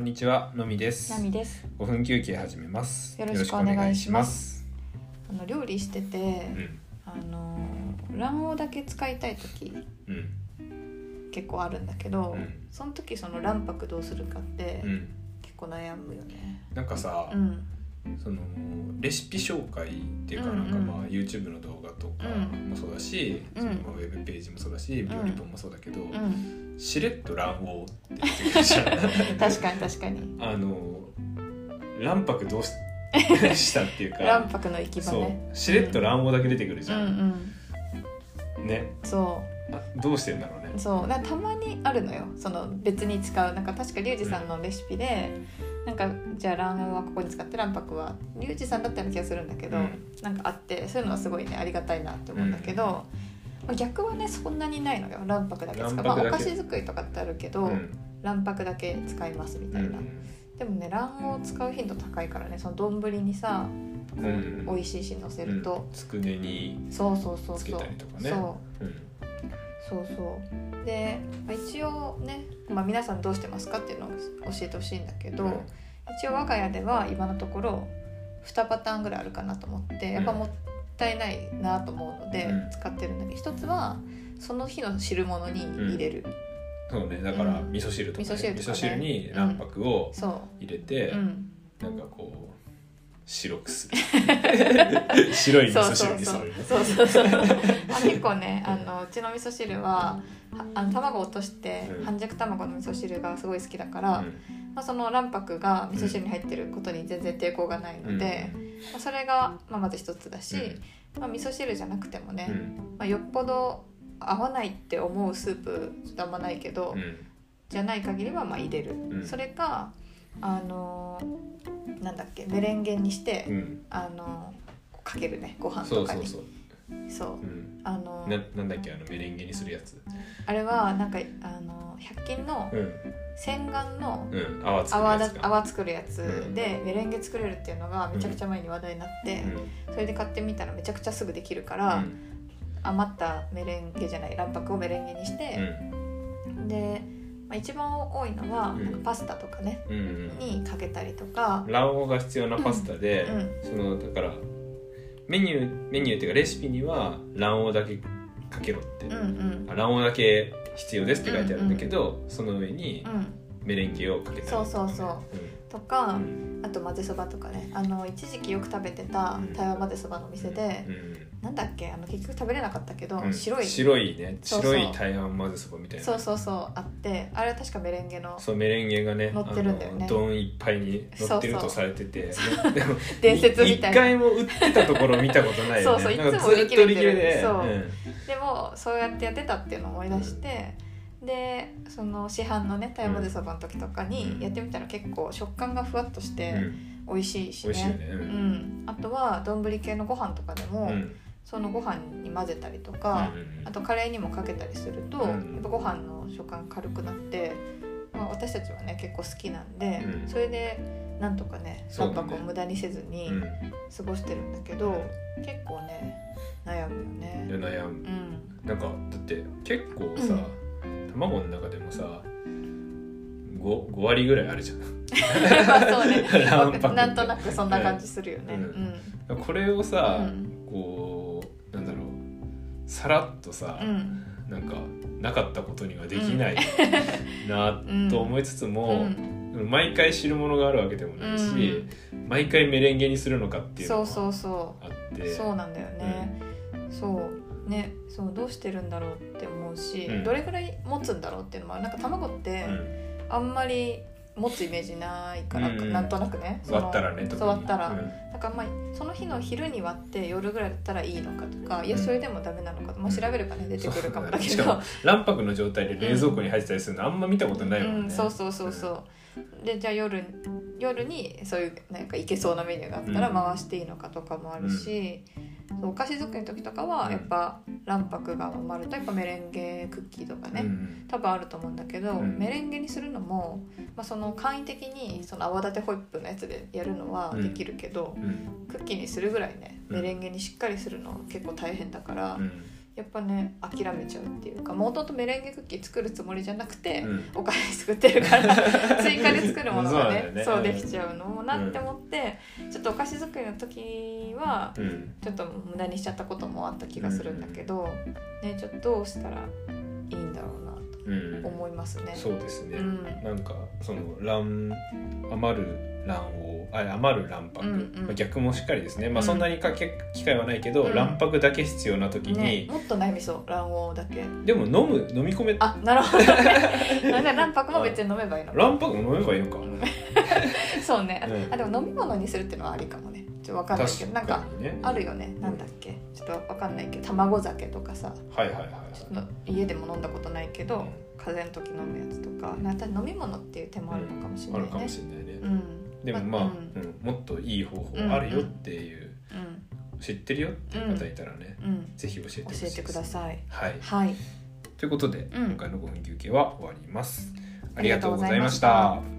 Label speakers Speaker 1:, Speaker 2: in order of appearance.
Speaker 1: んにちは、のみです。
Speaker 2: ナミです。
Speaker 1: 5分休憩始めます。
Speaker 2: よろしくお願いします
Speaker 1: よ
Speaker 2: あの料理してて
Speaker 1: ろ、しくお願いします。
Speaker 2: あの卵黄だけ使いたい時
Speaker 1: うん、うん、
Speaker 2: 結構あるんだけど、
Speaker 1: うん
Speaker 2: その時その卵白どうするかって
Speaker 1: うん。
Speaker 2: 結構悩むよね。
Speaker 1: なんかさ
Speaker 2: う、ん、
Speaker 1: そのレシピ紹介っていうか、
Speaker 2: うん
Speaker 1: な
Speaker 2: うんん
Speaker 1: かまあ YouTube の動画とか
Speaker 2: うん
Speaker 1: もそうだし、
Speaker 2: うん
Speaker 1: そのまあウェブページもそうだし、料理本もそうだけど、
Speaker 2: うん、
Speaker 1: しれっと卵黄って言ってくるじゃん。
Speaker 2: 確かに確かに。
Speaker 1: あの卵白 どうししたっていうか、
Speaker 2: 卵白の行き場
Speaker 1: そう
Speaker 2: ね。
Speaker 1: しれっと卵黄だけ出てくるじ
Speaker 2: うん
Speaker 1: ゃ。
Speaker 2: うんん、
Speaker 1: ね、
Speaker 2: そ
Speaker 1: あどうしてんだろうね。
Speaker 2: うそう。だからたまにあるのよ。その別に使うなんか確かリュウジさんのレシピで。なんかじゃあ卵黄はここに使って卵白はリュウジさんだったような気がするんだけど、
Speaker 1: うん
Speaker 2: なんかあってそういうのはすごいねありがたいなって思うんだけど、まあ逆はねそんなにないのよ卵白だけ使う、まあ、
Speaker 1: 卵
Speaker 2: お
Speaker 1: 白だ
Speaker 2: 菓
Speaker 1: け
Speaker 2: 子作りとかってあるけど、
Speaker 1: うん
Speaker 2: 卵白だけ使いますみ
Speaker 1: う
Speaker 2: たいな、
Speaker 1: ん
Speaker 2: でもね卵黄使う頻度高いからねその丼にさこう
Speaker 1: うん
Speaker 2: 美味しいしのせると、
Speaker 1: つくねに、
Speaker 2: そうそうそう
Speaker 1: つけ
Speaker 2: そう
Speaker 1: たりとかね
Speaker 2: そう
Speaker 1: うん
Speaker 2: そうそうで、まあ、一応ね、まあ、皆さんどうしてますかっていうのを教えてほしいんだけど、
Speaker 1: うん
Speaker 2: 一応我が家では今のところ2パターンぐらいあるかなと思ってやっぱもったいないなと思うので
Speaker 1: うん
Speaker 2: 使ってるんだけど、一つはその日の汁物に入れる、
Speaker 1: そうねだから
Speaker 2: うん
Speaker 1: 味噌汁とか,、
Speaker 2: 味噌汁とかね
Speaker 1: に卵白を
Speaker 2: そ
Speaker 1: 入れて、
Speaker 2: う、うん、
Speaker 1: なんかこう白く する白い味
Speaker 2: そ
Speaker 1: 噌
Speaker 2: うそ
Speaker 1: 汁
Speaker 2: う
Speaker 1: に
Speaker 2: そ
Speaker 1: す
Speaker 2: う
Speaker 1: る
Speaker 2: そうそうそう あ結構ねあのうちの味噌汁ははあの卵を落として
Speaker 1: うん
Speaker 2: 半熟卵の味噌汁がすごい好きだから、
Speaker 1: うん
Speaker 2: まあ、その卵白が味噌汁に入ってることに全然抵抗がないので、まあ、それが、まあ、まず一つだし、まあ、味噌汁じゃなくてもね
Speaker 1: う、ん
Speaker 2: まあ、よっぽど合わないって思うスープちょっとあんまないけど、
Speaker 1: うん
Speaker 2: じゃない限りはまあ入れる、
Speaker 1: うん
Speaker 2: それかあのーなんだっけメレンゲにして、
Speaker 1: うん
Speaker 2: あのーかけるねご飯
Speaker 1: そ
Speaker 2: と
Speaker 1: う
Speaker 2: か
Speaker 1: そう
Speaker 2: に
Speaker 1: そう、
Speaker 2: そう
Speaker 1: うん、
Speaker 2: あのー
Speaker 1: ななんだっけあのメレンゲにするやつ
Speaker 2: あれはなんか、あのー100均の
Speaker 1: うん
Speaker 2: 洗顔の
Speaker 1: うん泡作る
Speaker 2: 泡
Speaker 1: や
Speaker 2: だ
Speaker 1: つか
Speaker 2: 泡作るやつでメレンゲ作れるっていうのがめちゃくちゃ前に話題になって、それで買ってみたらめちゃくちゃすぐできるから、
Speaker 1: うん
Speaker 2: 余ったメレンゲじゃない卵白をメレンゲにして、で、まあ、一番多いのは、
Speaker 1: うん
Speaker 2: なんかパスタとかね
Speaker 1: うんうんうん
Speaker 2: にかけたりとか、
Speaker 1: 卵黄が必要なパスタで、そのだからメニューメニューっていうかレシピには卵黄だけかけろって、
Speaker 2: うんうん
Speaker 1: あ卵黄だけ必要ですって書いてあるんだけど、その上に
Speaker 2: うん、
Speaker 1: メレンゲをかけたりとかね
Speaker 2: そうそうそうと
Speaker 1: う
Speaker 2: か、
Speaker 1: ん
Speaker 2: あと混ぜそばとかねあの一時期よく食べてた
Speaker 1: うん
Speaker 2: 台湾混ぜそばの店で、
Speaker 1: うん
Speaker 2: なんだっけあの結局食べれなかったけど、
Speaker 1: うん
Speaker 2: 白い
Speaker 1: 白いね
Speaker 2: そうそう
Speaker 1: 白い台湾混ぜそばみたいな
Speaker 2: そうそうそうあってあれは確かメレンゲの
Speaker 1: そうメレンゲがね
Speaker 2: 乗ってるんだよね
Speaker 1: あの丼いっぱいに乗ってるとされててねでも
Speaker 2: 伝説みたい
Speaker 1: 一
Speaker 2: な
Speaker 1: 回も売ってたところ見たことないよね
Speaker 2: そうそう
Speaker 1: なんか
Speaker 2: いつも売り切れ
Speaker 1: ず
Speaker 2: てる
Speaker 1: っと売り切で
Speaker 2: そう
Speaker 1: うん
Speaker 2: でもそうやってやってたっていうのを思い出して、でその市販のね台湾でそばの時とか
Speaker 1: うん
Speaker 2: にやってみたら結構食感がふわっとして
Speaker 1: うん
Speaker 2: 美味しいし
Speaker 1: 美味しいよ
Speaker 2: ね。
Speaker 1: ねう
Speaker 2: うんん、あとは丼系のご飯とかでも、
Speaker 1: うん
Speaker 2: そのご飯に混ぜたりとか
Speaker 1: う、んうんうん
Speaker 2: あとカレーにもかけたりすると、
Speaker 1: うん
Speaker 2: やっぱご飯の食感軽くなって、まあ、私たちはね結構好きなんで、
Speaker 1: うん
Speaker 2: それでなんとかね
Speaker 1: そうだね
Speaker 2: 卵白を無駄にせずに
Speaker 1: うん
Speaker 2: 過ごしてるんだけど、結構ね悩むよね。
Speaker 1: で悩む
Speaker 2: うん
Speaker 1: なんかだって結構さ、卵の中でもさ 5, 5割ぐらいあるじゃん
Speaker 2: まあそうね
Speaker 1: 卵白って
Speaker 2: なんとなくそんな感じするよね。
Speaker 1: う
Speaker 2: うんん。
Speaker 1: これを
Speaker 2: う
Speaker 1: さ、
Speaker 2: ん。
Speaker 1: こうなんだろうさらっとさ、
Speaker 2: うん。
Speaker 1: なんかなかったことにはできないな
Speaker 2: うん
Speaker 1: と思いつつ
Speaker 2: う
Speaker 1: も、
Speaker 2: ん
Speaker 1: 毎回汁物があるわけでもないし、毎回メレンゲにするのかっていうの
Speaker 2: そう
Speaker 1: も
Speaker 2: そうそ
Speaker 1: あっ
Speaker 2: う。
Speaker 1: て
Speaker 2: そうなんだよね。そう。ね、そうどうしてるんだろうって思うし、
Speaker 1: うん
Speaker 2: どれぐらい持つんだろうっていうのもあるなんか卵ってあんまり持つイメージないから、
Speaker 1: うん
Speaker 2: なんとなくね
Speaker 1: うん割ったらね
Speaker 2: そ
Speaker 1: 特に
Speaker 2: のそう割ったら、
Speaker 1: うん
Speaker 2: なんかまあその日の昼に割って夜ぐらいだったらいいのかとかいやそれでもダメなのか、まあ、調べればね出てくるかもだけ
Speaker 1: しか
Speaker 2: ど
Speaker 1: も卵白の状態で冷蔵庫に入ってたりするのあんま見たことないもんね、
Speaker 2: うん、そうそうそうそうでじゃあ夜夜にそういうなんかいけそうなメニューがあったら
Speaker 1: うん
Speaker 2: 回していいのかとかもあるし、そうお菓子作りの時とかはやっぱ卵白が余るとやっぱメレンゲクッキーとかね、
Speaker 1: うん
Speaker 2: 多分あると思うんだけど、
Speaker 1: うん
Speaker 2: メレンゲにするのも、まあ、その簡易的にその泡立てホイップのやつでやるのはできるけど、
Speaker 1: うん
Speaker 2: クッキーにするぐらいね
Speaker 1: うん
Speaker 2: メレンゲにしっかりするの結構大変だから、
Speaker 1: うん
Speaker 2: やっぱね諦めちゃうっていうかもともとメレンゲクッキー作るつもりじゃなくて、
Speaker 1: うん
Speaker 2: お金作ってるから 追加で作るものがね
Speaker 1: そ
Speaker 2: そうう
Speaker 1: だよね
Speaker 2: できちゃうのもなって思って、ちょっとお菓子作りの時は
Speaker 1: うん
Speaker 2: ちょっと無駄にしちゃったこともあった気がするんだけど、ねちょっとどうしたらいいんだろうな
Speaker 1: うん
Speaker 2: と思いますね。
Speaker 1: そうですね、
Speaker 2: うん
Speaker 1: なんかその卵余る卵黄あ余る卵白、
Speaker 2: うんうん
Speaker 1: まあ逆もしっかりですね、まあ、
Speaker 2: うん
Speaker 1: そんなにかけ機会はないけど、
Speaker 2: うん
Speaker 1: 卵白だけ必要な時
Speaker 2: ね
Speaker 1: に、、
Speaker 2: もっと悩みそう卵黄だけ
Speaker 1: でも飲む飲み込め
Speaker 2: あな るほどねなんで卵白も別に飲めばいいの
Speaker 1: 卵白も飲めばいいのか
Speaker 2: そうね、あ
Speaker 1: うん
Speaker 2: あでも飲み物にするっていうのはありかもねちょっとわかんないけどなんか
Speaker 1: にね
Speaker 2: あるよねなんだっけちょっとわかんないけど卵酒とかさ
Speaker 1: はいはいはい
Speaker 2: ちょっと家でも飲んだことないけど、
Speaker 1: うん
Speaker 2: 風邪の時飲むやつとかなんか飲み物っていう手もあるのかもしれ
Speaker 1: あ
Speaker 2: な
Speaker 1: る
Speaker 2: いね、
Speaker 1: かもしれないね、
Speaker 2: うん
Speaker 1: でもまあ、
Speaker 2: うん
Speaker 1: うんもっといい方法あるよっていう、
Speaker 2: うん
Speaker 1: 知ってるよっていう方いたらね、
Speaker 2: うん
Speaker 1: ぜひ教えて
Speaker 2: 教
Speaker 1: ほしい
Speaker 2: えてくだ
Speaker 1: い、
Speaker 2: さい
Speaker 1: はい、
Speaker 2: はい
Speaker 1: ということで、
Speaker 2: うん
Speaker 1: 今回の5分休憩は終わりますありがとうございまし
Speaker 2: ありがと
Speaker 1: た
Speaker 2: うございました